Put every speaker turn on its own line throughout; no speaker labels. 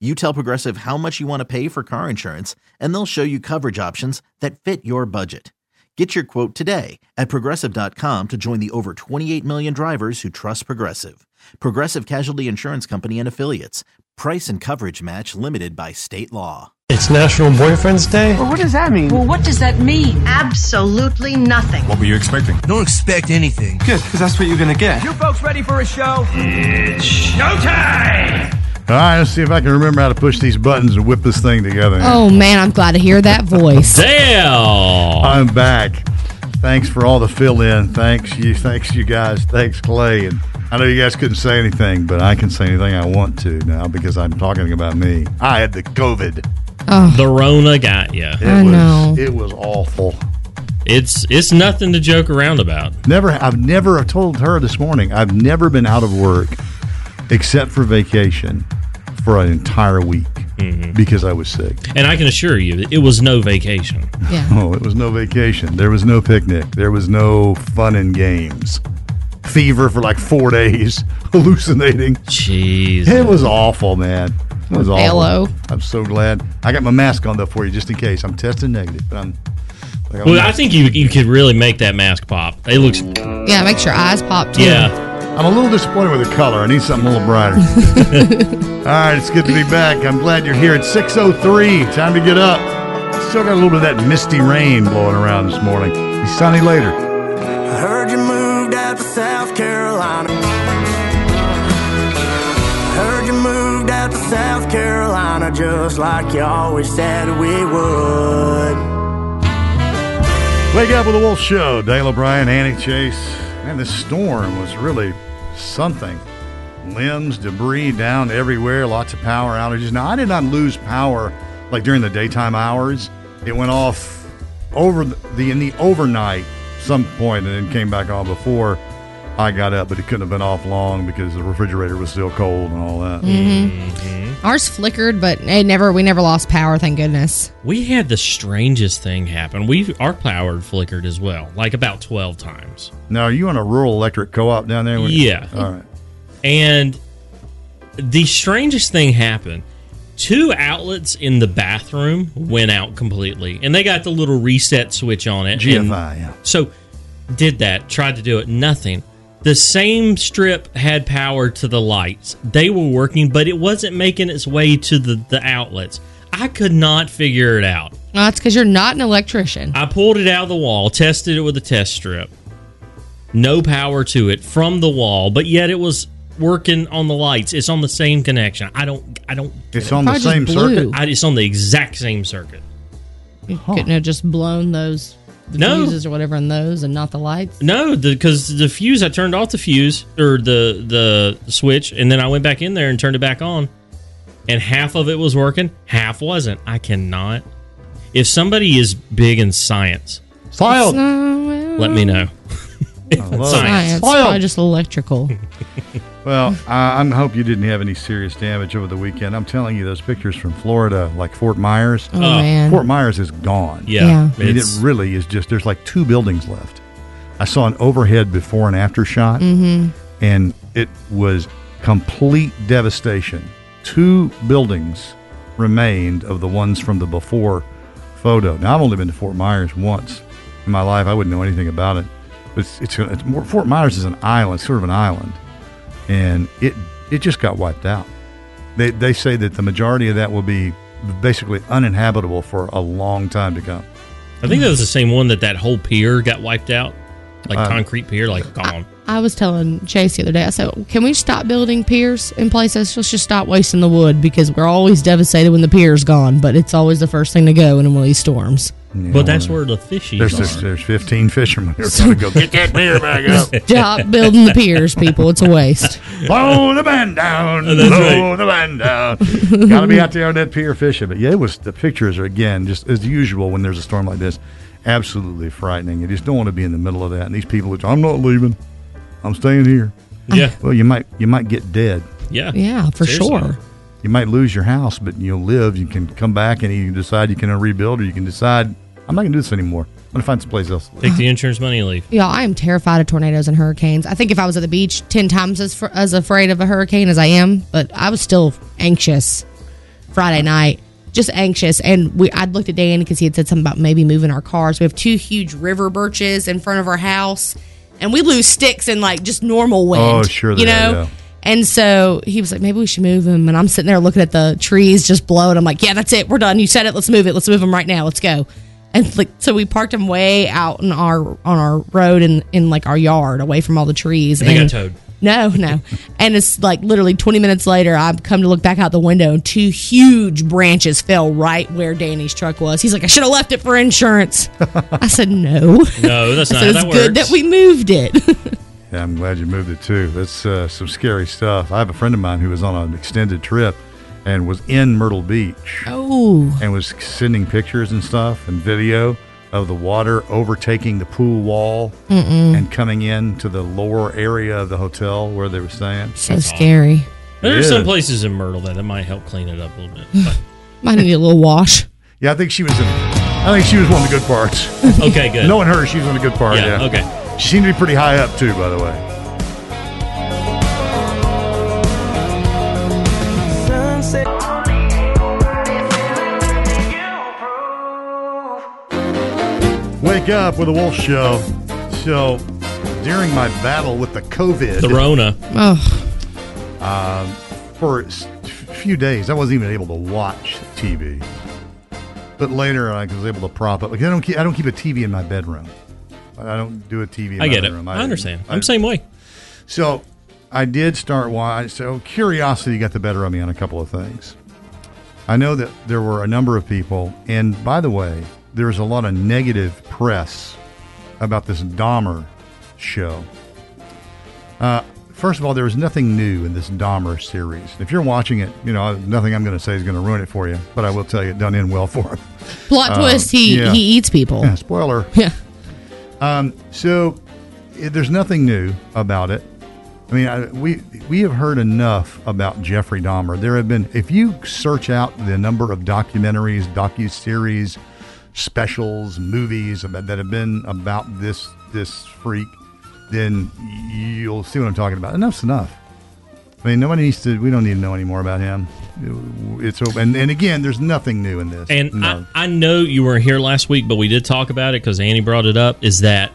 You tell Progressive how much you want to pay for car insurance, and they'll show you coverage options that fit your budget. Get your quote today at progressive.com to join the over 28 million drivers who trust Progressive. Progressive Casualty Insurance Company and Affiliates. Price and coverage match limited by state law.
It's National Boyfriend's Day.
Well, what does that mean?
Well, what does that mean?
Absolutely nothing.
What were you expecting?
Don't expect anything.
Good, because that's what you're going to get.
You folks ready for a show?
It's showtime!
All right, let's see if I can remember how to push these buttons and whip this thing together.
Oh, man, I'm glad to hear that voice.
Damn!
I'm back. Thanks for all the fill-in. Thanks you, thanks you guys. Thanks Clay. And I know you guys couldn't say anything, but I can say anything I want to now because I'm talking about me. I had the COVID.
Oh,
The Rona got you.
It
I
was
know.
it was awful.
It's it's nothing to joke around about.
Never I've never I told her this morning. I've never been out of work except for vacation for an entire week because I was sick.
And I can assure you, that it was no vacation.
yeah.
Oh, it was no vacation. There was no picnic. There was no fun and games. Fever for like four days, hallucinating.
Jeez.
It was awful, man. It was awful.
Hello.
I'm so glad. I got my mask on though for you just in case. I'm testing negative, but I'm. Like, I'm
Well, I think you you could really make that mask pop. It looks
Yeah, makes your eyes pop, too.
yeah.
I'm a little disappointed with the color. I need something a little brighter. All right, it's good to be back. I'm glad you're here. It's 6:03. Time to get up. Still got a little bit of that misty rain blowing around this morning. Be sunny later.
I heard you moved out to South Carolina. I heard you moved out to South Carolina just like you always said we would.
Wake up with the Wolf Show. Dale O'Brien, Annie Chase. Man, this storm was really something. Limbs, debris down everywhere, lots of power outages. Now, I did not lose power like during the daytime hours. It went off over the, the in the overnight some point and then came back on before I got up, but it couldn't have been off long because the refrigerator was still cold and all that.
Ours flickered, but it never. we never lost power, thank goodness.
We had the strangest thing happen. We our power flickered as well, like about twelve times.
Now, are you on a rural electric co-op down there?
Yeah.
All right.
And the strangest thing happened. Two outlets in the bathroom went out completely, and they got the little reset switch on it. and-
GFI, yeah.
So did that, tried to do it, nothing. The same strip had power to the lights. They were working, but it wasn't making its way to the, the outlets. I could not figure it out.
Well, that's because you're not an electrician.
I pulled it out of the wall, tested it with a test strip. No power to it from the wall, but yet it was working on the lights. It's on the same connection. I don't I don't
It's on the
Probably just
same
blew.
circuit.
I, it's on the exact same circuit.
You couldn't have just blown those the
No.
fuses or whatever in those and not the lights.
No, because the, fuse. I turned off the fuse or the the switch, and then I went back in there and turned it back on, and half of it was working, half wasn't. I cannot. If somebody is big in science,
Filed.
let me know.
love
Science.
science.
It's
Oil.
probably just electrical.
Well, I, I hope you didn't have any serious damage over the weekend. I'm telling you, those pictures from Florida, like Fort Myers,
Oh,
Uh,
man.
Fort Myers is gone.
Yeah,
I mean, it
it's-
really is just, there's like two buildings left. I saw an overhead before and after shot, and it was complete devastation. Two buildings remained of the ones from the before photo. Now, I've only been to Fort Myers once in my life. I wouldn't know anything about it. But it's, it's, it's more, Fort Myers is an island, sort of an island, and it it just got wiped out. They, they say that the majority of that will be basically uninhabitable for a long time to come.
I think that was the same one that that whole pier got wiped out, like
Uh,
concrete pier, like gone.
I I was telling Chase the other day. I said, "Can we stop building piers in places? Let's just stop wasting the wood because we're always devastated when the pier's gone, but it's always the first thing to go in one of these storms."
but that's where the fishies
There's, there's,
are.
there's 15 fishermen who are going to go get that beer back up.
Stop building the piers, people. It's a waste.
Blow the man down.
Oh, that's
blow the man down. Got to be out there on that pier fishing. But yeah, it was the pictures are again just as usual when there's a storm like this, absolutely frightening. You just don't want to be in the middle of that. And these people, are, I'm not leaving. I'm staying here.
yeah,
Well, you might you might get dead.
yeah,
Yeah, for
Seriously.
sure.
You might lose your house, but you'll live. You can come back and you can decide you can rebuild, or you can decide I'm not going to do this anymore. I'm going to find someplace else. to live."
Take the insurance money and leave.
Yeah, I am terrified of tornadoes and hurricanes. I think if I was at the beach ten times as fr- as afraid of a hurricane as I am, but I was still anxious Friday night, just anxious. And we, I'd looked at Dan because he had said something about maybe moving our cars. We have two huge river birches in front of our house, and we lose sticks in like just normal wind.
Oh, sure they
you
are,
know.
yeah.
And so he was like, maybe we should move him. And I'm sitting there looking at the trees just blowing. I'm like, yeah, that's it. We're done. You said it. Let's move it. Let's move him right now. Let's go. And like, so we parked him way out in our on our road and in like our yard, away from all the trees.
They got
And-
towed.
no, no. And it's like literally 20 minutes later, I've come to look back out the window and two huge branches fell right where Danny's truck was. He's like, I should have left it for insurance. I said, no.
No, that's
I
not
said,
how
it's
that
good
works.
that we moved it.
Yeah, I'm glad you moved it too. That's uh, some scary stuff. I have a friend of mine who was on an extended trip and was in Myrtle Beach
oh,
and was sending pictures and stuff and video of the water overtaking the pool wall and coming in to the lower area of the hotel where they were staying.
so scary.
There are
Yeah.
some places in Myrtle that it might help clean it up a little bit. But,
Might need a little wash.
Yeah, I think she was in. I think she was one of the good parts.
okay, good.
Knowing her, she was in the good part.
Yeah,
Yeah,
okay.
She seemed to be pretty high up too, by the way.
Sunset.
Wake up with a Wolf Show. So, during my battle with the COVID,
the Rona.
Oh,
for a s- few days, I wasn't even able to watch TV. But later, I was able to prop up. Like, I don't keep, I don't keep a TV in my bedroom. I don't do a TV. In
I
my
get it.
bedroom.
I understand.
I-
I'm same way.
So, I did start watching. So curiosity got the better of me on a couple of things. I know that there were a number of people, and by the way, there was a lot of negative press about this Dahmer show. Uh, first of all, there was nothing new in this Dahmer series. If you're watching it, you know nothing I'm going to say is going to ruin it for you, but I will tell you it done in well for him.
plot twist. He,
Uh, yeah.
he eats people.
Yeah, spoiler.
Yeah.
So i there's nothing new about it. I mean, I, we we have heard enough about Jeffrey Dahmer. There have been, if you search out the number of documentaries, docu series, specials, movies about, that have been about this this freak, then you'll see what I'm talking about. Enough's enough. I mean, nobody needs to. We don't need to know any more about him. It's and and again, there's nothing new in this.
And
No.
I, I know you weren't here last week, but we did talk about it because Annie brought it up. Is that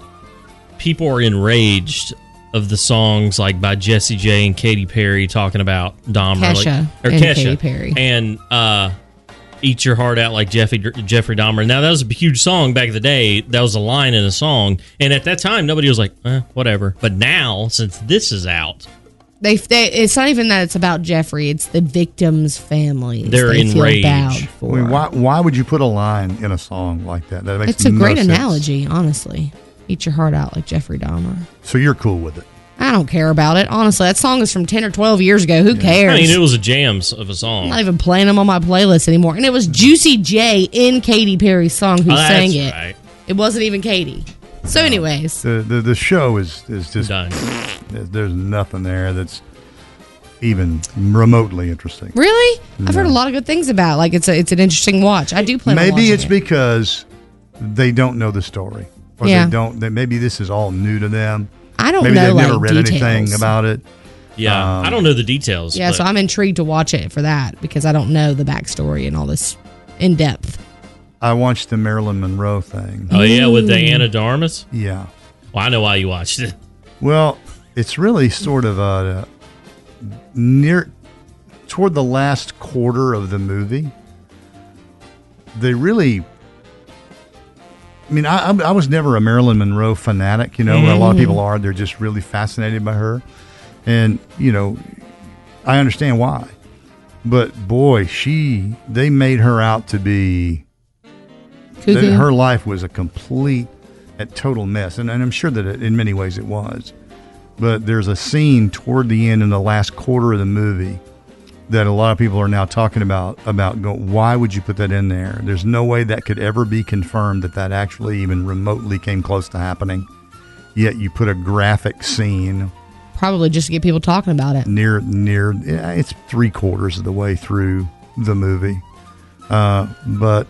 people are enraged of the songs like by Jesse J and Katy Perry talking about Dahmer like-
Kesha
or
and
Kesha
Katy Perry.
and uh, "Eat Your Heart Out" like Jeffrey Jeffrey Dahmer. Now that was a huge song back in the day. That was a line in a song, and at that time nobody was like, eh, whatever. But now since this is out,
They, they, it's not even that it's about Jeffrey. It's the victim's family.
They're
they feel
enraged.
bad
I
for.
mean, why why would you put a line in a song like that? That makes
It's a
no
great
sense.
analogy, honestly. Eat your heart out like Jeffrey Dahmer.
So you're cool with it.
I don't care about it. Honestly, that song is from 10 or 12 years ago. Who cares?
I mean it was a jams of a
I'm
song.
not even playing them on my playlist anymore. And it was Juicy J in Katy Perry's song who
Oh, that's
sang it.
right.
It wasn't even Katy.
Oh.
So, anyways,
the the, the show is is just
Done.
there's there's nothing there that's even remotely interesting.
really, I've heard a lot of good things about. it. Like it's a, it's an interesting watch. I do plan. on
Maybe
watching
it's
it.
because they don't know the story, or
Yeah.
they don't. They, maybe this is all new to them.
I don't
Maybe
know.
they've
like,
never read
details.
anything about it.
Yeah,
Um,
I don't know the details.
Yeah,
but-
so I'm intrigued to watch it for that because I don't know the backstory and all this in depth.
I watched the Marilyn Monroe thing.
Oh yeah, with the
Mm.
Anadarmus.
Yeah.
Well, I know why you watched it.
Well, it's really sort of uh near toward the last quarter of the movie. They really I mean, I, I, I was never a Marilyn Monroe fanatic. You know, a lot of people are. They're just really fascinated by her, and you know, I understand why. But boy, she they made her out to be that
Cuckoo.
her life was a complete and total mess. And, and I'm sure that it, in many ways it was. But there's a scene toward the end in the last quarter of the movie that a lot of people are now talking about about go, why would you put that in there? There's no way that could ever be confirmed that that actually even remotely came close to happening. Yet you put a graphic scene
Probably just to get people talking about it.
near near yeah, it's three quarters of the way through the movie uh, but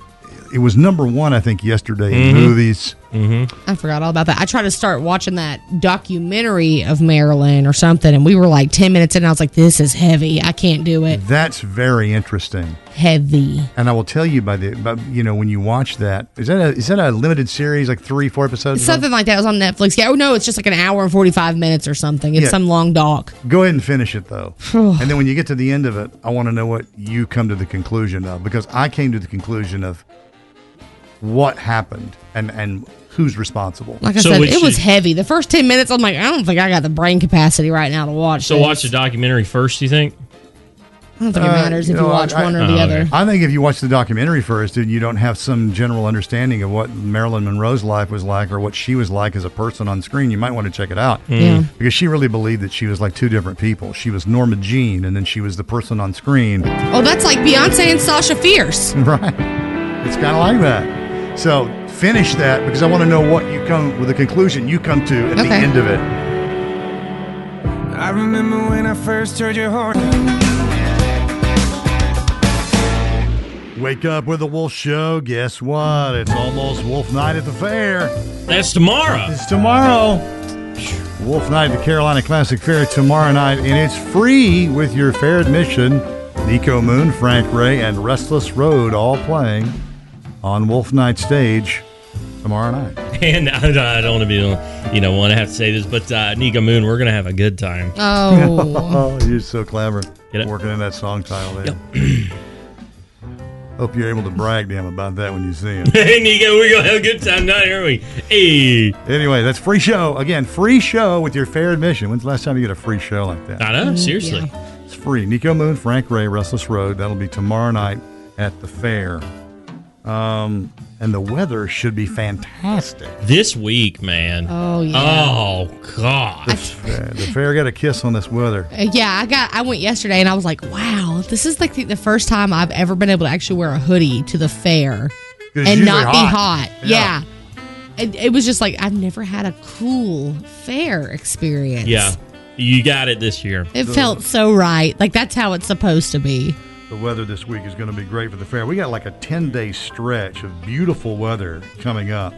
it was number one i think yesterday in movies
I forgot all about that. I tried to start watching that documentary of Marilyn or something, and we were like 10 minutes in. And I was like, this is heavy. I can't do it.
that's very interesting
Heavy.
and i will tell you by the by, you know when you watch that is that a is that a limited series like three four episodes or
Something like that It was on Netflix. Yeah, oh no, it's just like an hour and 45 minutes or something. It's
Yeah.
some long doc.
Go ahead and finish it though. and then when you get to the end of it, I want to know what you come to the conclusion of because I came to the conclusion of what happened and and who's responsible.
Like I
So
said,
would
it was
she-
heavy. The first 10 minutes, I'm like, I don't think I got the brain capacity right now to watch
So
this.
watch the documentary first. You think?
I don't think it
Uh,
matters
you
if you
know,
watch
I-
one or
I-
the
oh,
other.
okay.
I think if you watch the documentary first, dude, you don't have some general understanding of what Marilyn Monroe's life was like or what she was like as a person on screen. You might want to check it out
Yeah.
because she really believed that she was like two different people. She was Norma Jean, and then she was the person on screen.
Oh, that's like Beyonce and Sasha Fierce.
Right. It's kind of like that. So finish that because I want to know what you come with the conclusion you come to at the
Okay.
end of it.
I remember when I first heard your horn.
Wake up with the Wolf Show. Guess what? It's almost Wolf Night at the fair.
That's tomorrow.
It's tomorrow. Wolf Night at the Carolina Classic Fair tomorrow night, and it's free with your fair admission. Nico Moon, Frank Ray, and Restless Road all playing on Wolf Night stage tomorrow night.
And I, I don't want to be, the- you know, want to have to say this, but uh, Nika Moon, we're gonna have a good time.
Uh-huh. Oh.
Oh, you're so clever.
Get it?
Working in that song title there. Hope you're able to brag to him about that when you see him.
hey Nika, we're gonna have a good time tonight, aren't we? Hey,
anyway, that's free show. Again, free show with your fair admission. When's the last time you get a free show like that?
I know.
Mm,
Seriously,
It's free. Nico Moon, Frank Ray, Restless Road. That'll be tomorrow night at the fair. Um, and the weather should be fantastic.
this week, man.
Oh, yeah.
Oh God.
Uh, the fair got a kiss on this weather.
Uh, Yeah, I got. I went yesterday, and I was like, "Wow, this is like the, the first time I've ever been able to actually wear a hoodie to the fair
'Cause it's
and
usually
not be
hot.
hot."
Yeah.
Yeah, It, it was just like I've never had a cool fair experience.
Yeah, you got it this year.
it felt so right. Like that's how it's supposed to be.
The weather this week is going to be great for the fair. We got like a 10 day stretch of beautiful weather coming up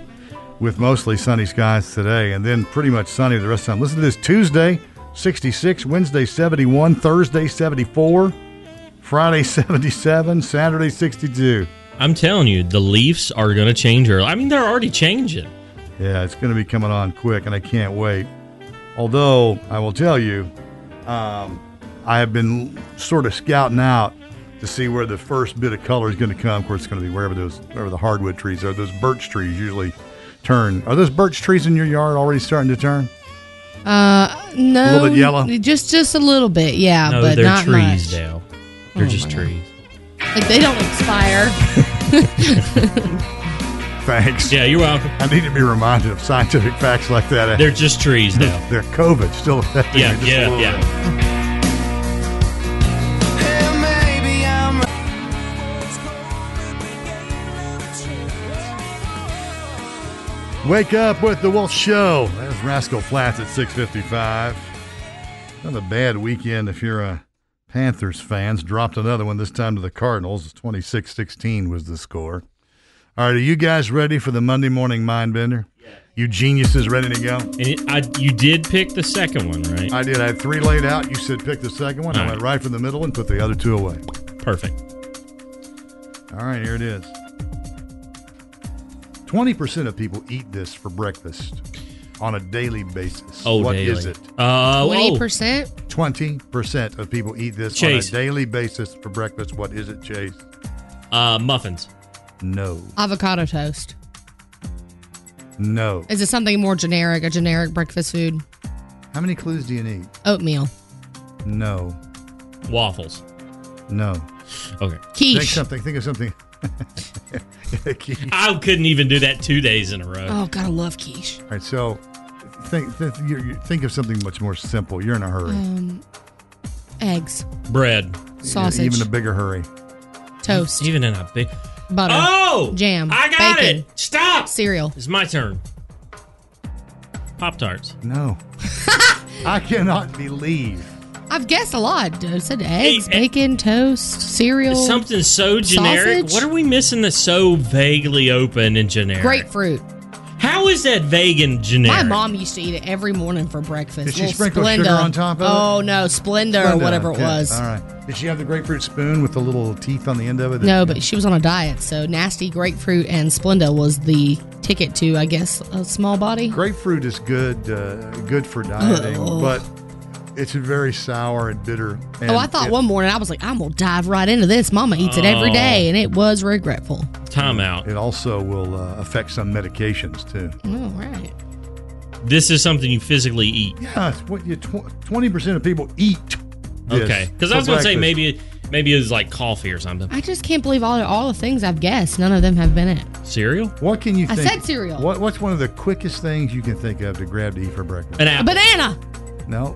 with mostly sunny skies today and then pretty much sunny the rest of the time. Listen to this Tuesday, 66, Wednesday, 71, Thursday, 74, Friday, 77, Saturday, 62.
I'm telling you, the Leafs are gonna change early. I mean, they're already changing.
Yeah, it's going to be coming on quick and I can't wait. Although, I will tell you, um, I have been sort of scouting out to see where the first bit of color is going to come. Of course, it's going to be wherever those wherever the hardwood trees are. Those birch trees usually turn. Are those birch trees in your yard already starting to turn?
Uh, no,
little bit yellow?
just just a little bit. Yeah,
No,
but
they're
not
trees
much. Oh,
now. They're just trees.
Like they don't expire.
Thanks.
Yeah, you're welcome.
I need to be reminded of scientific facts like that.
They're just trees now.
they're COVID still affecting
Yeah,
me just a
yeah,
little bit.
yeah.
Wake up with the Wolf Show. That's Rascal Flats at 6:55. Another bad weekend if you're a Panthers fans. Dropped another one this time to the Cardinals. 26-16 was the score. All right, are you guys ready for the Monday morning mind bender? You geniuses ready to go?
And it, I, you did pick the second one, right?
I did. I had three laid out. You said pick the second one. I
All
went right for the middle and put the other two away.
Perfect.
All right, here it is. 20% of people eat this for breakfast on a daily basis.
Oh,
What
daily.
is it?
Uh,
Twenty
oh,
percent.
Twenty percent of people eat this
Chase.
on a daily basis for breakfast. What is it, Chase?
uh, muffins.
No.
Avocado toast.
No.
Is it something more generic, a generic breakfast food?
How many clues do you need?
Oatmeal,
No.
Waffles.
No.
Okay.
Think
quiche.
something. Think of something. Keith.
I couldn't even do that two days in a row.
Oh, gotta love quiche.
All right, so think th- you're, you think of something much more simple. You're in a hurry.
Um, eggs,
Bread.
sausage,
Even a bigger hurry.
toast,
Even in a big.
butter,
Oh!
Jam.
I got
Bacon.
it. Stop.
cereal.
It's my turn. Pop Tarts.
No. I cannot believe.
I've guessed a lot. I said eggs,
Hey, eh.
bacon, toast, cereal,
Something so generic.
Sausage?
What are we missing that's so vaguely open and generic?
grapefruit.
How is that vague and generic?
My mom used to eat it every morning for breakfast.
Did she
Little
sprinkle sugar
Splenda.
on top of it?
Oh no, Splenda, or
Splenda,
whatever it
okay,
was.
All right. Did she have the grapefruit spoon with the little teeth on the end of it?
No, but she was on a diet, so nasty grapefruit and Splenda was the ticket to, I guess, a small body.
grapefruit is good, uh, good for dieting, but it's very sour and bitter. And
oh, I thought
it-
one morning I was like, I'm gonna dive right into this. Mama eats it every
Oh.
day, and it was regretful.
Time out.
It also will uh, affect some medications too.
All right.
This is something you physically eat.
Yeah, it's what you twenty percent of people eat. this
Okay. Because I
for
was going to say
breakfast.
maybe maybe it was like coffee or something.
I just can't believe all all the things I've guessed. None of them have been it.
Cereal?
What can you?
I
think,
said cereal.
What, what's one of the quickest things you can think of to grab to eat for breakfast?
An apple.
A banana,
No.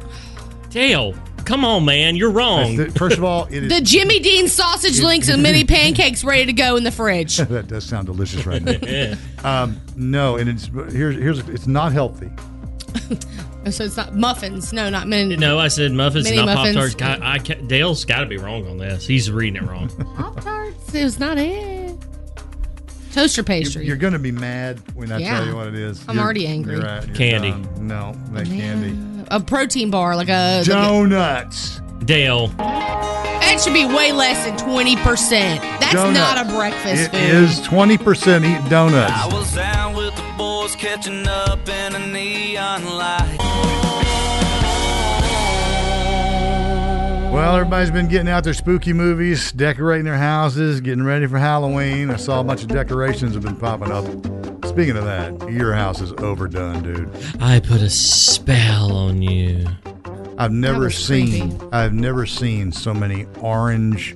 Dale, come on, man. You're wrong.
That's the- first of all, it is.
the Jimmy Dean sausage links and mini pancakes ready to go in the fridge.
that does sound delicious right now. um, no, and it's here's here's it's not healthy.
Oh, so it's not muffins. No, not mini.
no, I said muffins,
Mini
not Pop
muffins.
Tarts. God, I ca- Dale's got to be wrong on this. He's reading it wrong.
Pop tarts. It was not it. Toaster pastry.
You're going to be mad when I
Yeah.
tell you what it is.
I'm
You're-
already angry.
you're out, you're
Candy.
done. No, not candy.
a protein bar, like a. like a-
Donuts.
Dale,
That should be way less than 20%. That's
Donuts.
not a breakfast
It
food.
is twenty percent eat
I
donuts.
was down with the boys catching up in a neon light.
Well, everybody's been getting out their spooky movies, decorating their houses, getting ready for Halloween. I saw a bunch of decorations have been popping up. Speaking of that, your house is overdone, dude.
I put a spell on you.
I've never
was
seen
creepy.
I've never seen so many orange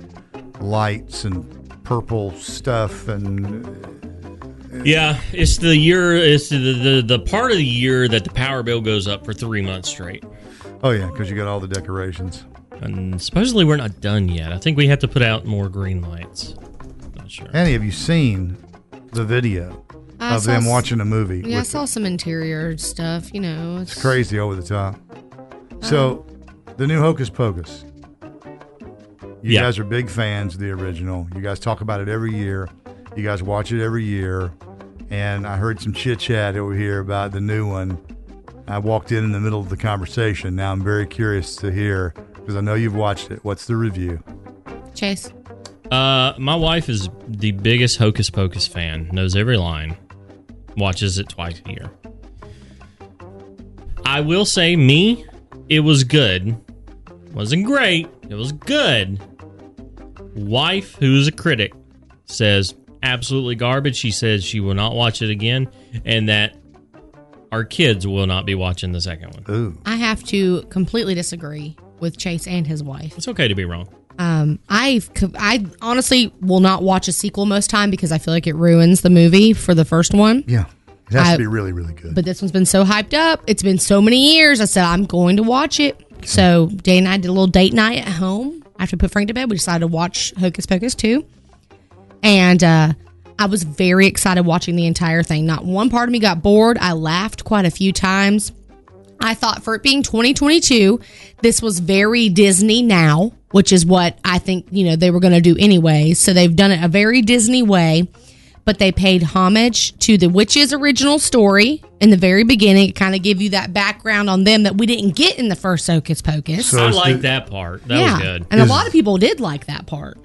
lights and purple stuff and
Yeah, it's the year. It's the, the the part of the year that the power bill goes up for three months straight.
oh yeah because you got all the decorations
And supposedly we're not done yet. I think we have to put out more green lights. Not sure.
Annie have you seen the video
I
of
saw
them
s-
watching a movie
Yeah, I
with
saw some interior stuff, you know. It's,
crazy over the top
Uh-huh.
so the new Hocus Pocus you
Yeah.
guys are big fans of the original you guys talk about it every year you guys watch it every year and I heard some chit chat over here about the new one I walked in in the middle of the conversation. Now I'm very curious to hear because I know you've watched it. What's the review?
Chase.
Uh, my wife is the biggest Hocus Pocus fan. Knows every line. Watches it twice a year. I will say, me, it was good. Wasn't great. It was good. Wife, who is a critic, says absolutely garbage. She says she will not watch it again, and that our kids will not be watching the second one.
Ooh,
I have to completely disagree with Chase and his wife.
It's okay to be wrong.
Um, I I honestly will not watch a sequel most time because I feel like it ruins the movie for the first one.
yeah, it has
I-
to be really, really good.
But this one's been so hyped up. It's been so many years. I said, I'm going to watch it. So Day and I did a little date night at home. After we put Frank to bed, we decided to watch Hocus Pocus 2. And uh, I was very excited watching the entire thing. Not one part of me got bored. I laughed quite a few times. I thought for it being 2022, this was very Disney now, which is what I think, you know, they were going to do anyway. So they've done it a very Disney way but they paid homage to the witch's original story in the very beginning. It kind of give you that background on them that we didn't get in the first Hocus Pocus.
So
I
is
like
the-
that part. That was good.
and a
Is-
lot of people did like that part.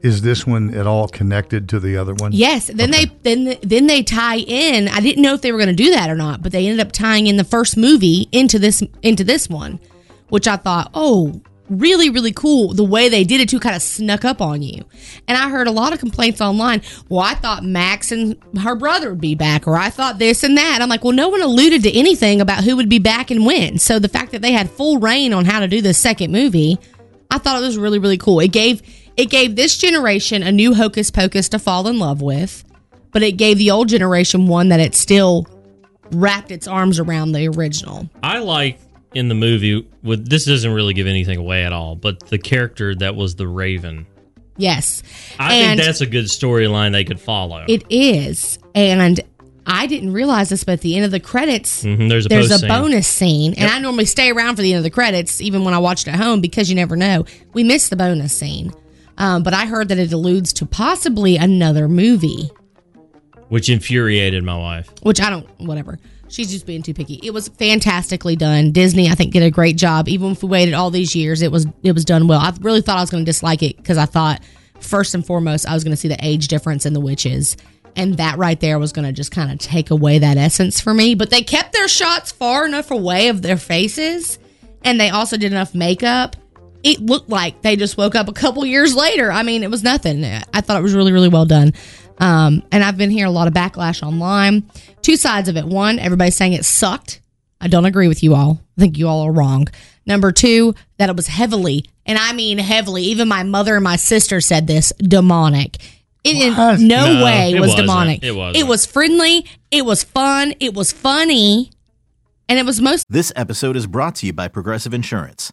Is this one at all connected to the other one?
Yes. Then they then then they tie in. I didn't know if they were going to do that or not, but they ended up tying in the first movie into this into this one, which I thought, oh, really, really cool the way they did it too, kind of snuck up on you. And I heard a lot of complaints online. Well, I thought Max and her brother would be back, or I thought this and that. I'm like, well, no one alluded to anything about who would be back and when. So the fact that they had full reign on how to do this second movie, I thought it was really, really cool. It gave it gave this generation a new hocus pocus to fall in love with, but it gave the old generation one that it still wrapped its arms around the original.
I like in the movie with this doesn't really give anything away at all, but the character that was the Raven.
Yes.
I
And-
think that's a good storyline they could follow.
It is. And I didn't realize this, but at the end of the credits,
Mhm, there's a
there's
post
a
scene.
bonus scene. And I normally stay around for the end of the credits, even when I watch it at home, because you never know. We missed the bonus scene. Um, but I heard that it alludes to possibly another movie,
which infuriated my wife.
which I don't, whatever. She's just being too picky. It was fantastically done. Disney, I think, did a great job. Even if we waited all these years, it was it was done well. I really thought I was going to dislike it because I thought first and foremost I was going to see the age difference in the witches, and that right there was going to just kind of take away that essence for me. But they kept their shots far enough away of their faces, and they also did enough makeup. It looked like they just woke up a couple years later. I mean, it was nothing. I thought it was really, really well done. Um, and I've been hearing a lot of backlash online. Two sides of it. One, everybody's saying it sucked. I don't agree with you all. I think you all are wrong. Number two, that it was heavily, and I mean heavily, even my mother and my sister said this demonic. It
What?
in no,
No,
way
it
was
wasn't.
demonic.
It wasn't.
It was friendly. It was fun. It was funny. And it was most
This episode is brought to you by Progressive Insurance.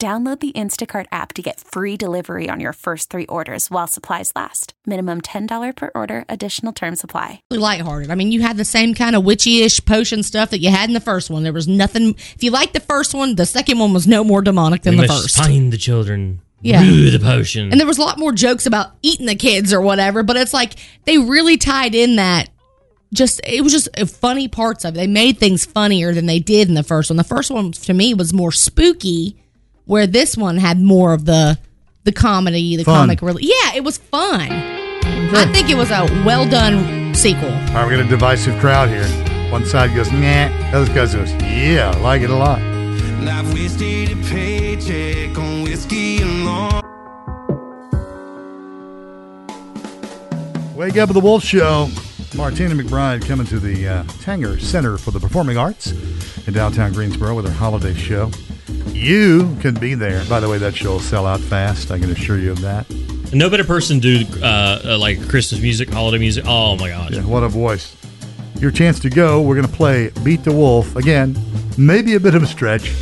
Download the Instacart app to get free delivery on your first three orders while supplies last. Minimum $10 per order, additional term supply.
really lighthearted. I mean, you had the same kind of witchy-ish potion stuff that you had in the first one. There was nothing. If you liked the first one, the second one was no more demonic than
we
the
must
first.
find the children.
Yeah.
brew the potion.
And there was a lot more jokes about eating the kids or whatever, but it's like they really tied in that. Just it was just uh, funny parts of it. They made things funnier than they did in the first one. The first one to me was more spooky, where this one had more of the the comedy, the
Fun.
comic relief. Yeah, it was fun. I think it was a well done sequel.
All right, we got a divisive crowd here. One side goes, nah. The other side goes, yeah, I like it a lot.
And I've wasted a paycheck on whiskey and law.
Wake Up with the Wolf Show. Martina McBride coming to the uh, Tanger Center for the Performing Arts in downtown Greensboro with her holiday show. You could be there. By the way, that show will sell out fast. I can assure you of that.
no better person to do uh, uh, like Christmas music, holiday music. Oh my gosh.
Yeah, what a voice. Your chance to go. We're going to play Beat the Wolf. Again, maybe a bit of a stretch,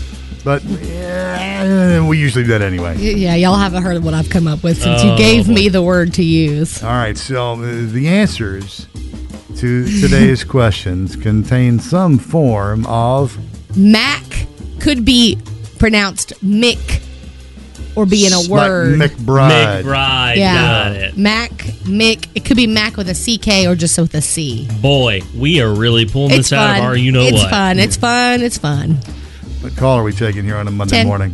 but eh, we usually do that anyway.
Y- Yeah, y'all haven't heard what I've come up with since
Oh,
you gave me the word to use.
All right, so uh, the answers to today's questions contain some form of
Mac could be pronounced Mick or be in a
Like
word.
McBride.
McBride. Got it.
Mac, Mick. It could be Mac with a CK or just with a C.
Boy, we are really pulling
It's
this out
fun.
of our you know
it's
what.
fun. It's fun. It's fun.
What call are we taking here on a Monday
Ten.
morning?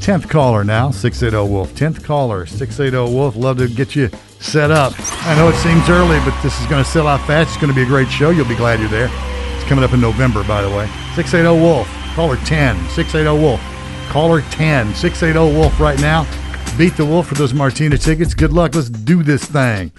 10th caller now, 680 Wolf. 10th caller, 680 Wolf. Love to get you set up. I know it seems early, but this is going to sell out fast. It's going to be a great show. You'll be glad you're there. It's coming up in November, by the way. 680 Wolf, caller 10, 680 Wolf. Caller 10, 680 Wolf right now. Beat the Wolf for those Martina tickets. Good luck. Let's do this thing.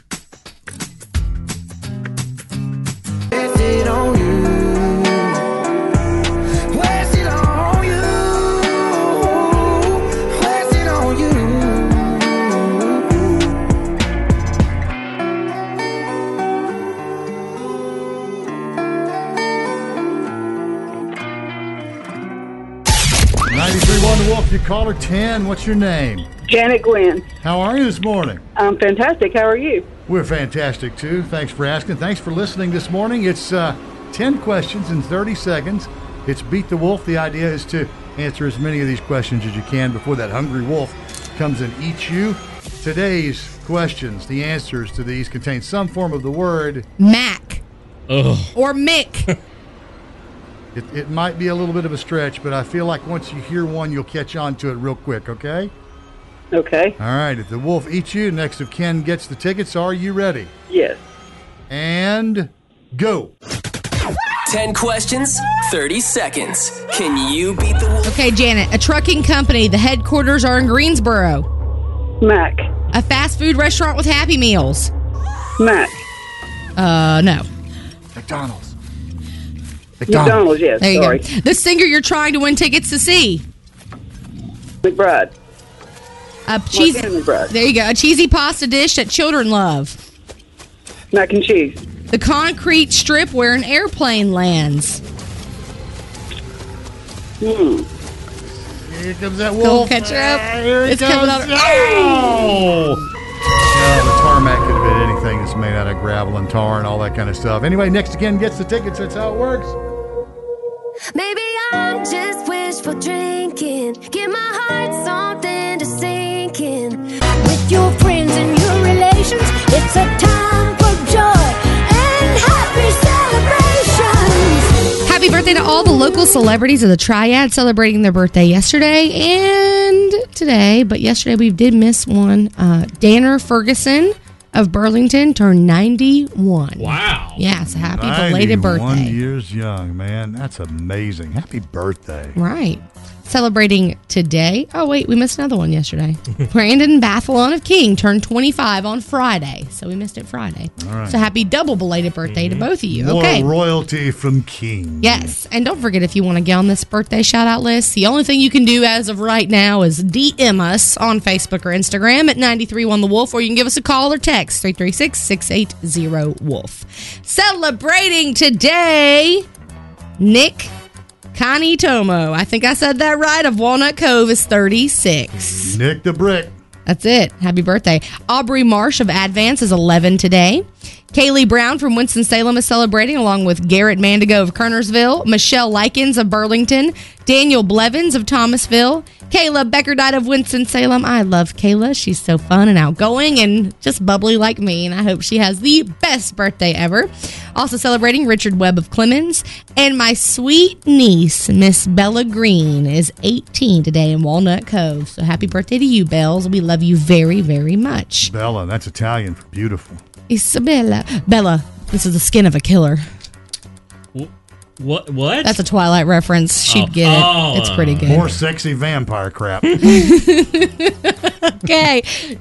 One Wolf, you caller 10. What's your name?
Janet Glenn.
How are you this morning?
I'm fantastic. How are you?
We're fantastic too. Thanks for asking. Thanks for listening this morning. It's uh, 10 questions in 30 seconds. It's Beat the Wolf. The idea is to answer as many of these questions as you can before that hungry wolf comes and eats you. Today's questions, the answers to these contain some form of the word
Mac
Ugh.
or Mick.
It, it might be a little bit of a stretch, but I feel like once you hear one, you'll catch on to it real quick, okay?
Okay.
All right, if the wolf eats you, next of kin gets the tickets. Are you ready?
Yes.
And go.
10 questions, 30 seconds. Can you beat the wolf?
okay, Janet, a trucking company. The headquarters are in Greensboro.
Mac.
A fast food restaurant with Happy Meals.
Mac.
Uh, no.
McDonald's.
McDonald's, yes.
There you
sorry.
go. The singer you're trying to win tickets to see.
McBride.
A cheesy.
Montana McBride.
There you go. A cheesy pasta dish that children love.
Mac and cheese.
The concrete strip where an airplane lands.
Hmm.
Here comes that
Cool
wolf.
catch up.
Ah, here he
It's coming
comes.
out.
Oh! Yeah, the tarmac could have been anything that's made out of gravel and tar and all that kind of stuff. Anyway, next again gets the tickets. That's how it works.
Maybe I'm just wishful drinking. Give my heart something to sink in. With your friends and your relations, it's a time for joy and happy celebrations.
Happy birthday to all the local celebrities of the Triad celebrating their birthday yesterday and today. But yesterday we did miss one. Uh, Danner Ferguson of Burlington turned 91.
Wow.
Yeah, so happy
91
belated birthday.
years young, man. That's amazing. Happy birthday.
Right. Celebrating today. Oh, wait, we missed another one yesterday. Brandon Bathalon of King turned 25 on Friday. So we missed it Friday.
All right. Mm-hmm.
So happy double belated birthday to both of you.
More
Okay.
royalty from King.
Yes. And don't forget if you want to get on this birthday shout out list, the only thing you can do as of right now is DM us on Facebook or Instagram at 931 The Wolf, or you can give us a call or text 336 680 Wolf. Celebrating today, Nick Connie Tomo. I think I said that right, of Walnut Cove is 36.
Nick the Brick.
That's it. Happy birthday. Aubrey Marsh of Advance is 11 today. Kaylee Brown from Winston-Salem is celebrating, along with Garrett Mandigo of Kernersville, Michelle Likens of Burlington, Daniel Blevins of Thomasville, Kayla Beckerdite of Winston-Salem. I love Kayla. She's so fun and outgoing and just bubbly like me, and I hope she has the best birthday ever. Also celebrating Richard Webb of Clemens, and my sweet niece, Miss Bella Green, is 18 today in Walnut Cove. So happy birthday to you, Bells. We love you very, very much.
Bella, that's Italian for beautiful.
Isabella. Bella, this is the skin of a killer.
What? What?
That's a Twilight reference. She'd get it.
Oh.
it's pretty good.
More sexy vampire crap.
Okay.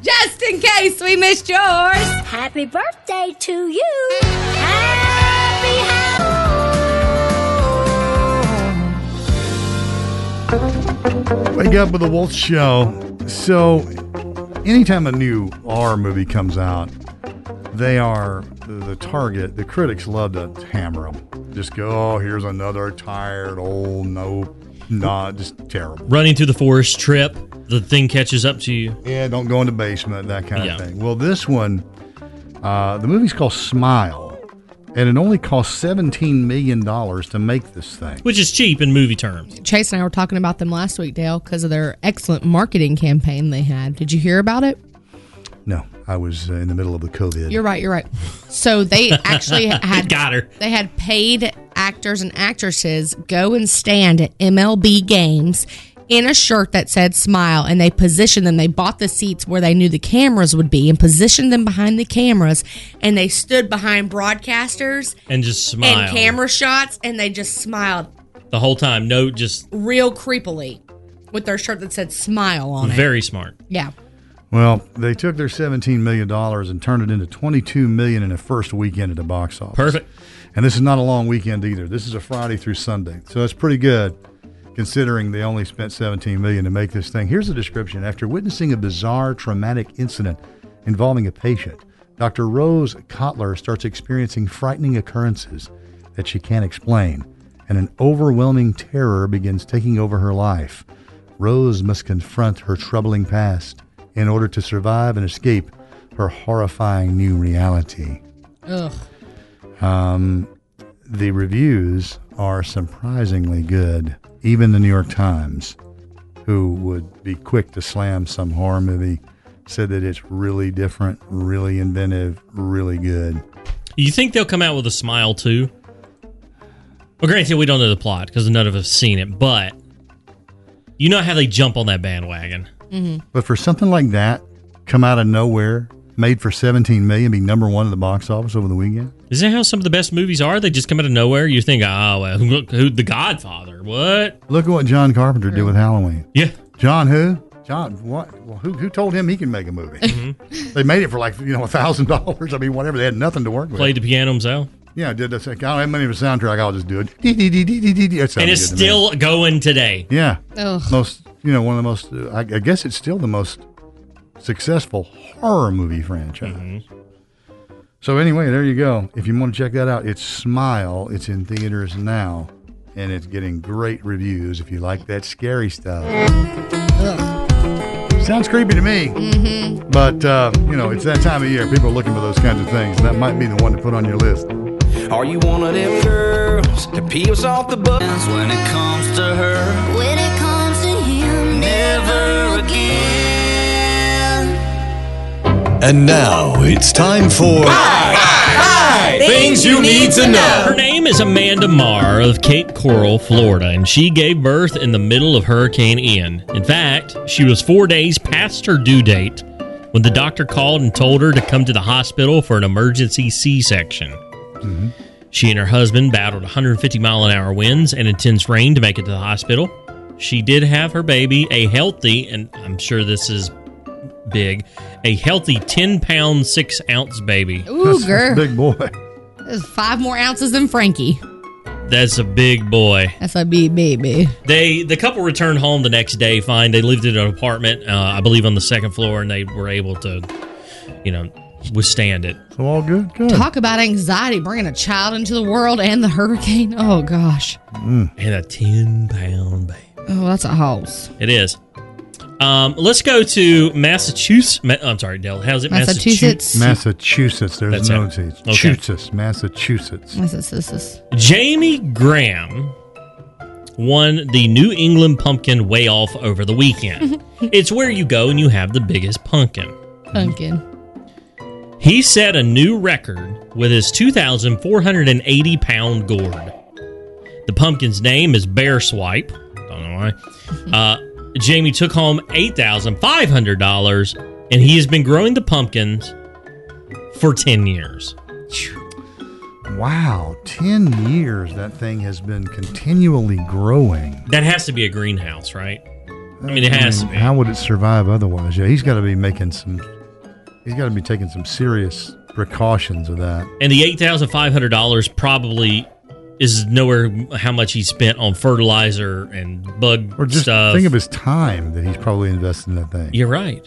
Just in case we missed yours.
Happy birthday to you. Happy, happy.
Wake up with the Wolf Show. So, anytime a new R movie comes out, they are the target. The critics love to hammer them. Just go, oh, here's another tired old no, nah, just terrible.
Running through the forest, trip. The thing catches up to you.
Yeah, don't go in the basement, that kind
Yeah.
of thing. Well, this one, uh, the movie's called Smile, and it only cost seventeen million dollars to make this thing.
which is cheap in movie terms.
Chase and I were talking about them last week, Dale, because of their excellent marketing campaign they had. Did you hear about it?
No, I was uh, in the middle of the COVID.
You're right. You're right. So they actually had
Got her.
They had paid actors and actresses go and stand at MLB games in a shirt that said smile and they positioned them. They bought the seats where they knew the cameras would be and positioned them behind the cameras and they stood behind broadcasters
and just smile
and camera shots and they just smiled
the whole time. No, just
real creepily with their shirt that said smile on it.
very smart.
Yeah.
Well, they took their seventeen million dollars and turned it into twenty-two million in the first weekend at the box office.
Perfect.
And this is not a long weekend either. This is a Friday through Sunday, so that's pretty good, considering they only spent seventeen million to make this thing. Here's a description: After witnessing a bizarre traumatic incident involving a patient, Dr. Rose Kotler starts experiencing frightening occurrences that she can't explain, and an overwhelming terror begins taking over her life. Rose must confront her troubling past in order to survive and escape her horrifying new reality.
Ugh.
Um, the reviews are surprisingly good. Even the New York Times, who would be quick to slam some horror movie, said that it's really different, really inventive, really good.
You think they'll come out with a smile too? Well, granted, we don't know the plot because none of us have seen it, but you know how they jump on that bandwagon.
But for something like that, come out of nowhere, made for 17 million, be number one at the box office over the weekend.
Is that how some of the best movies are? They just come out of nowhere. You think, oh, well, who, who the Godfather? What?
Look at what John Carpenter did with Halloween.
Yeah.
John who? John what? Well, who who told him he can make a movie? They made it for like you know a thousand dollars. I mean, whatever. They had nothing to work with.
Played the piano himself,
Yeah, I did this. Like, I don't have money for soundtrack. I'll just do it. Dee, dee, dee, dee, dee, dee, dee. That
and
sounded
it's
good to me.
still going today.
yeah,
Ugh.
most you know one of the most. uh, I, I guess it's still the most successful horror movie franchise.
Mm-hmm.
So anyway, there you go. If you want to check that out, it's Smile. It's in theaters now, and it's getting great reviews. If you like that scary stuff, sounds creepy to me.
Mm-hmm.
But uh, you know, it's that time of year. People are looking for those kinds of things. That might be the one to put on your list.
Are you one of them girls that peels off the buttons when it comes to her?
When it comes to him, never again.
And now it's time for Things You Need to Know.
Her name is Amanda Marr of Cape Coral, Florida, and she gave birth in the middle of Hurricane Ian. In fact, she was four days past her due date when the doctor called and told her to come to the hospital for an emergency C section.
Mm-hmm.
She and her husband battled 150 mile an hour winds and intense rain to make it to the hospital. She did have her baby, a healthy, and I'm sure this is big, a healthy 10 pound, 6 ounce baby.
Ooh, girl.
Big boy.
That's five more ounces than Frankie.
That's a big boy.
That's a big baby.
They the couple returned home the next day. Fine, they lived in an apartment, uh, I believe, on the second floor, and they were able to, you know, withstand it.
So all good. Good.
Talk about anxiety, bringing a child into the world and the hurricane. Oh, gosh.
And a ten pound baby.
Oh, that's a house.
It is. Um, let's go to Massachusetts. Ma- I'm sorry, Dell. How's it?
Massachusetts.
Massachusetts. There's
That's
no
it.
T.
Okay.
Chutzes, Massachusetts.
Massachusetts.
Jamie Graham won the New England Pumpkin Way Off over the weekend. it's where you go and you have the biggest pumpkin.
Pumpkin.
He set a new record with his 2,480 pound gourd. The pumpkin's name is Bear Swipe. Don't know why. Uh, Jamie took home $8,500 and he has been growing the pumpkins for 10 years.
Wow, ten years that thing has been continually growing.
That has to be a greenhouse, right? I mean, it has to be.
How would it survive otherwise? Yeah, he's got to be making some. He's got to be taking some serious precautions of that.
And the eight thousand five hundred dollars probably is nowhere how much he spent on fertilizer and bug
Or just
stuff.
think of his time that he's probably invested in that thing.
You're right.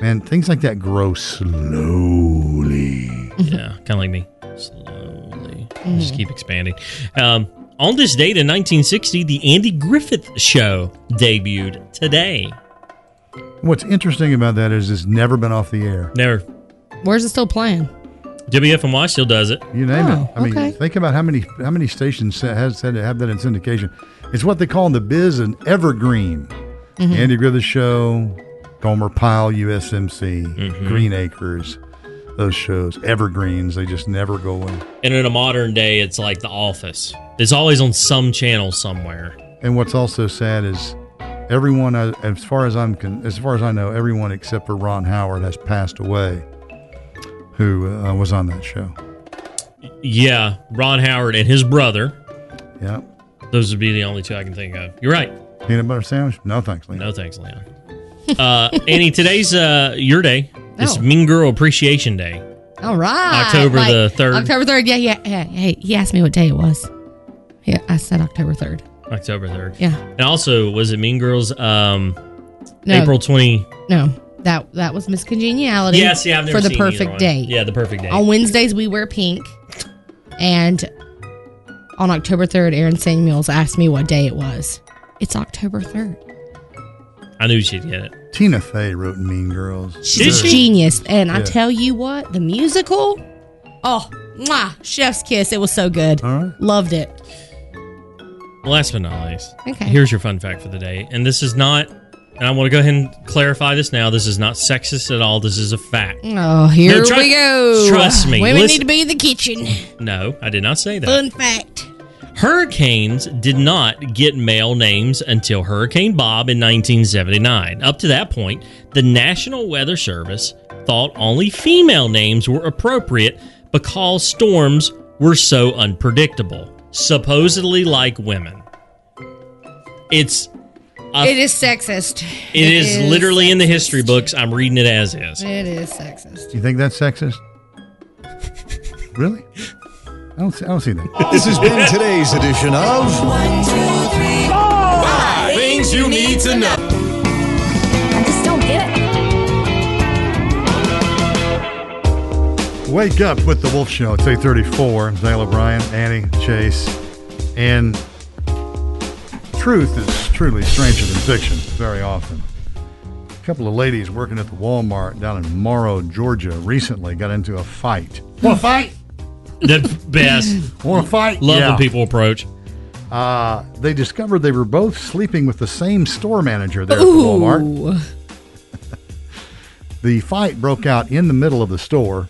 Man, things like that grow slowly.
yeah, kind of like me. Slowly, just keep expanding. Um, on this date in 1960, the Andy Griffith Show debuted today.
What's interesting about that is it's never been off the air.
Never.
Where's it still playing?
WFMY still does it.
You name
Oh,
it. I mean,
okay.
think about how many how many stations sa- has said have that in syndication. It's what they call in the biz an evergreen.
Mm-hmm.
Andy Griffith Show, Gomer Pyle, USMC, Green Acres, those shows, evergreens. They just never go away.
And in a modern day, it's like The Office. It's always on some channel somewhere.
And what's also sad is Everyone, uh, as far as I'm, con- as far as I know, everyone except for Ron Howard has passed away, who uh, was on that show.
Yeah, Ron Howard and his brother.
Yeah.
Those would be the only two I can think of. You're right.
Peanut butter sandwich? No thanks, Leon.
No thanks, Leon. uh, Annie, today's uh, your day. It's Mean Girl Appreciation Day.
All right.
October the 3rd.
October 3rd. Yeah, yeah, yeah. Hey, he asked me what day it was. Yeah, I said October 3rd.
October 3rd.
Yeah.
And also, was it Mean Girls um,
No.
April 20?
No, that that was Miss Congeniality.
Yes, yeah, I've never
For the
seen either
perfect
one.
day.
Yeah, the perfect day.
On Wednesdays, we wear pink. And on October 3rd, Aaron Samuels asked me what day it was. It's October 3rd.
I knew she'd get it.
Tina Fey wrote Mean Girls.
She's a genius. And I
Yeah.
tell you what, the musical, oh, mwah, chef's kiss. It was so good.
All right.
Loved it.
Last but not least,
Okay.
here's your fun fact for the day. And this is not, and I want to go ahead and clarify this now. This is not sexist at all. This is a fact.
Oh, here
No, tru-
we go.
Trust me.
Women
Listen-
need to be in the kitchen.
No, I did not say that.
Fun fact.
Hurricanes did not get male names until Hurricane Bob in 1979. Up to that point, the National Weather Service thought only female names were appropriate because storms were so unpredictable, supposedly like women. It's a,
it is sexist.
it is, literally in the history books. I'm reading it as is.
It is sexist.
Do you think that's sexist? really? I don't see, I don't see that.
This has been today's edition of
Things you need to know. I just don't get it.
Wake up with the Wolf Show. It's 834. Zale O'Brien, Annie, Chase, and truth is truly stranger than fiction very often. A couple of ladies working at the Walmart down in Morrow, Georgia recently got into a fight. Want to fight?
The best.
Want to fight?
Love
Yeah.
when people approach.
Uh, they discovered they were both sleeping with the same store manager there at the Walmart. The fight broke out in the middle of the store.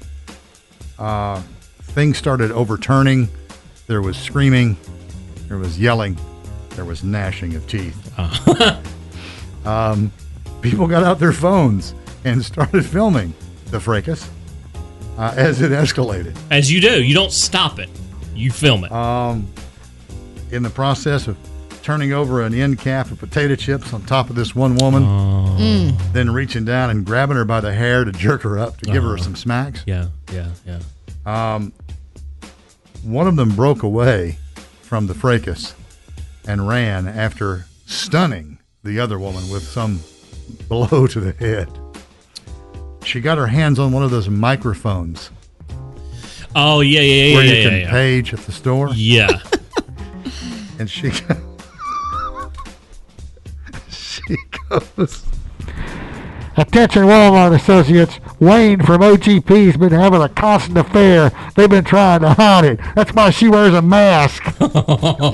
Uh, things started overturning. There was screaming. There was yelling. There was gnashing of teeth. um, people got out their phones and started filming the fracas uh, as it escalated.
As you do, you don't stop it. You film it.
Um, in the process of turning over an end cap of potato chips on top of this one woman,
Mm.
then reaching down and grabbing her by the hair to jerk her up to give her
Oh.
some smacks.
Yeah, yeah, yeah.
Um, one of them broke away from the fracas and ran after stunning the other woman with some blow to the head. She got her hands on one of those microphones
Oh yeah, yeah, yeah,
where
yeah,
you
yeah,
can
yeah.
page at the store.
Yeah.
and she go- she goes
Attention Walmart associates, Wayne from OGP's been having a constant affair. They've been trying to hide it. That's why she wears a mask.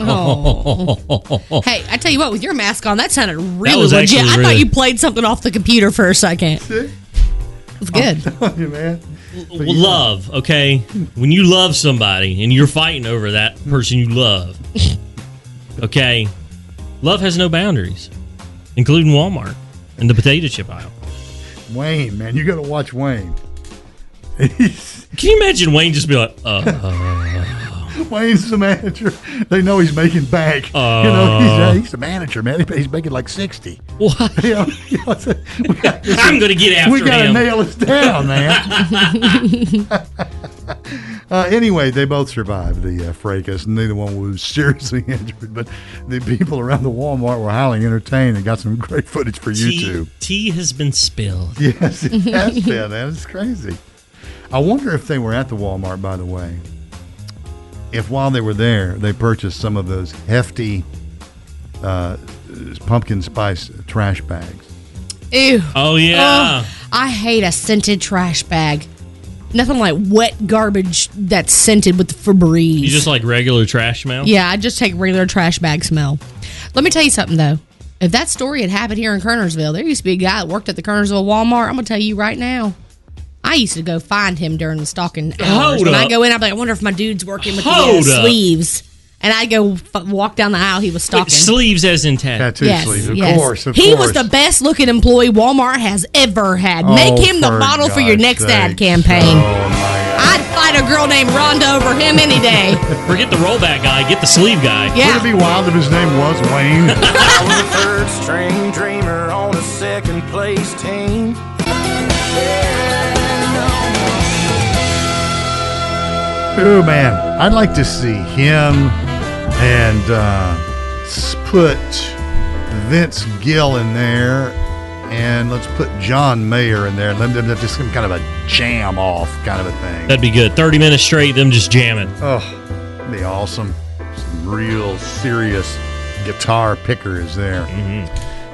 Oh.
Hey, I tell you what, with your mask on, that sounded really
was
legit.
actually
I thought
really-
you played something off the computer for a second. It was good.
you, man.
Well, love, okay? When you love somebody and you're fighting over that person you love, okay? Love has no boundaries, including Walmart and the potato chip aisle.
Wayne, man, you got to watch Wayne.
Can you imagine Wayne just be like, uh,
Wayne's the manager. They know he's making bank. you know, he's, uh, he's the manager, man. He- He's making like sixty.
What?
You know, you know what I'm saying? We got-
I'm gonna get after
We gotta
him.
nail this down, man. uh, anyway, they both survived the uh, fracas, and neither one was seriously injured. But the people around the Walmart were highly entertained and got some great footage for
tea,
YouTube.
tea has been spilled.
Yes, it has been. That is crazy. I wonder if they were at the Walmart, by the way. If while they were there, they purchased some of those hefty uh, pumpkin spice trash bags.
Ew.
Oh, yeah.
Oh, I hate a scented trash bag. Nothing like wet garbage that's scented with Febreze.
You just like regular trash smell?
Yeah, I just take regular trash bag smell. Let me tell you something though. If that story had happened here in Kernersville, there used to be a guy that worked at the Kernersville Walmart. I'm gonna tell you right now. I used to go find him during the stalking hours.
Hold
when I
up.
go in, I'd be like, I wonder if my dude's working with
Hold
the uh,
up.
sleeves. and I'd go f- walk down the aisle he was stalking.
Sleeves as in tat.
Tattoo
Yes,
sleeves, of
yes.
course. Of
he
course.
was the best looking employee Walmart has ever had. Make
Oh,
him the
for
model for your
God's
next ad
sakes. Oh,
campaign. I'd fight a girl named Rhonda over him any day.
Forget the rollback guy. Get the sleeve guy.
Wouldn't it be wild if his name was Wayne?
I was a third string dreamer on a second place team.
oh man, I'd like to see him and uh, s- put Vince Gill in there, and let's put John Mayer in there. Let them have just some kind of a jam off kind of a thing.
That'd be good. 30 minutes straight, them just jamming.
Oh, that'd be awesome. Some real serious guitar picker is there.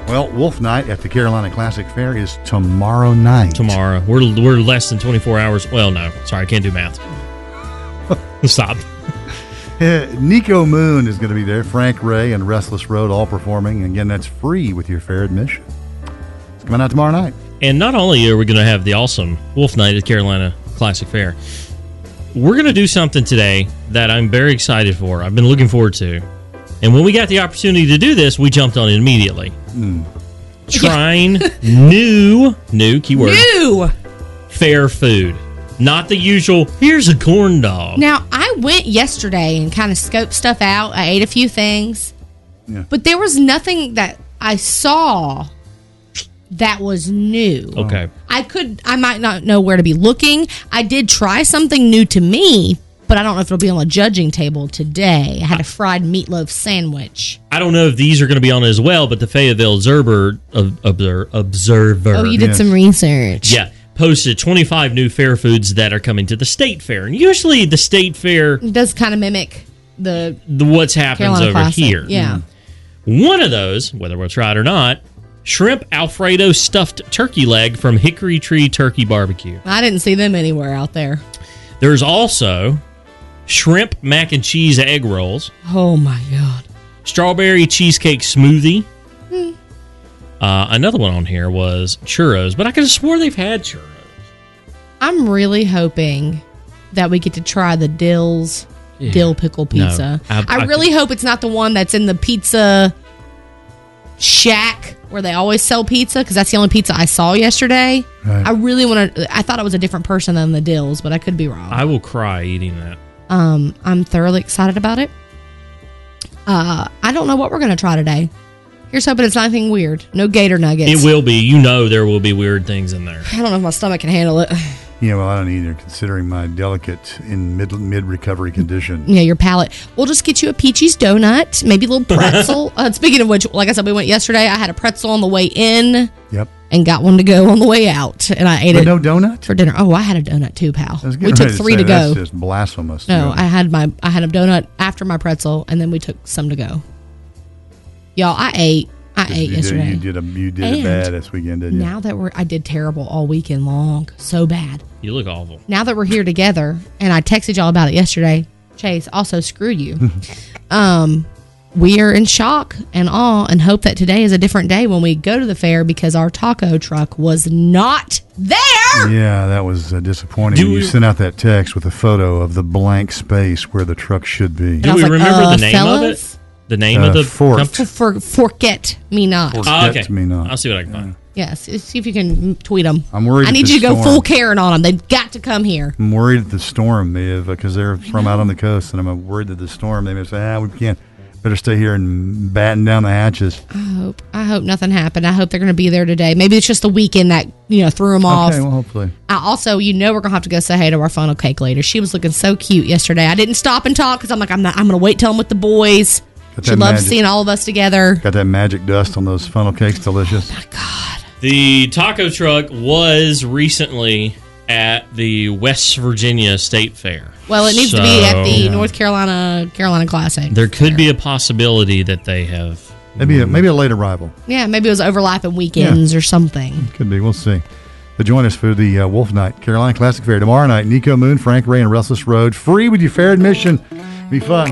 Well, Wolf Night at the Carolina Classic Fair is tomorrow night.
Tomorrow. We're, we're less than 24 hours. Well, no. Sorry, I can't do math. Stop.
Uh, Nico Moon is going to be there. Frank Ray and Restless Road all performing. Again, that's free with your fair admission. It's coming out tomorrow night.
And not only are we going to have the awesome Wolf Night at Carolina Classic Fair, we're going to do something today that I'm very excited for. I've been looking forward to. And when we got the opportunity to do this, we jumped on it immediately. Trying new, new keyword,
New.
fair food. Not the usual, here's a corn dog.
Now I went yesterday and kind of scoped stuff out. I ate a few things,
Yeah.
but there was nothing that I saw that was new.
Okay.
I could I might not know where to be looking. I did try something new to me, but I don't know if it'll be on a judging table today. I had a fried meatloaf sandwich.
I don't know if these are going to be on as well, but the Fayetteville Observer, ob- obser- Observer.
Oh, you did some research.
Yeah, posted 25 new fair foods that are coming to the state fair. And usually the state fair,
It does kind of mimic the
the, what's happens
Carolina
over
Classic.
here. Mm.
Yeah.
One of those, whether we'll try it or not, shrimp Alfredo stuffed turkey leg from Hickory Tree Turkey Barbecue.
I didn't see them anywhere out there.
There's also shrimp mac and cheese egg rolls,
Oh my god.
strawberry cheesecake smoothie.
Hmm.
Uh, another one on here was churros, but I could have swore they've had churros.
I'm really hoping that we get to try the Dill's
Yeah.
dill pickle
No.
pizza.
I-
I,
I-
really hope it's not the one that's in the pizza shack where they always sell pizza because that's the only pizza I saw yesterday.
Right.
I really want to. I thought it was a different person than the Dills, but I could be wrong.
I will cry eating that.
Um, I'm thoroughly excited about it. Uh, I don't know what we're gonna try today. Here's hoping it's nothing weird. No gator nuggets.
It will be. You know there will be weird things in there.
I don't know if my stomach can handle it.
Yeah, well, I don't either, considering my delicate in mid mid recovery condition.
Yeah, your palate. We'll just get you a Peachy's donut, maybe a little pretzel. uh, speaking of which, like I said, we went yesterday. I had a pretzel on the way in
Yep.
and got one to go on the way out, and I ate
But
it
no donut?
for dinner. Oh, I had a donut too, pal.
I was getting
We took
ready
three
say,
to
That's
go.
just blasphemous.
No,
Yeah.
I had my I had a donut after my pretzel, and then we took some to go. Y'all, I ate. I ate
you
yesterday.
Did, you did, a, you did
And
it bad this weekend, didn't you?
Now that we're, I did terrible all weekend long, so bad.
You look awful.
Now that we're here together, and I texted y'all about it yesterday, Chase also screwed you. um, we are in shock and awe, and hope that today is a different day when we go to the fair because our taco truck was not there.
Yeah, that was uh, disappointing.
Do
you
we-
sent out that text with a photo of the blank space where the truck should be.
Do we
like,
remember
uh,
the name
fellas?
of it? The name of
Uh,
the
Fort.
company?
For forget me not.
Ah, okay.
Forget me not.
I'll see what I can find.
Yes, see if you can tweet them.
I'm worried
I
if
need
the
you to go
storm-
full Karen on them. They've got to come here.
I'm worried that the storm may have because they're from out on the coast, and I'm worried that the storm they may say, "Ah, we can't. Better stay here and batten down the hatches."
I hope. I hope nothing happened. I hope they're going to be there today. Maybe it's just the weekend that you know threw them off.
Okay, well, hopefully.
I also, you know, we're gonna have to go say hey to our funnel cake later. She was looking so cute yesterday. I didn't stop and talk because I'm like, I'm not. I'm gonna wait till I'm with the boys.
Got
She
that
loves
magic.
seeing all of us together.
Got that magic dust on those funnel cakes, delicious.
The taco truck was recently at the West Virginia State Fair.
Well, it needs to be at the
So,
North Carolina Carolina Classic.
There could be a possibility that they have.
Maybe a, maybe a late arrival.
yeah, maybe it was overlapping weekends or something.
Could be. We'll see. But join us for the uh, Wolf Night Carolina Classic Fair tomorrow night. Nico Moon, Frank Ray, and Restless Road. Free with your fair admission. Be fun.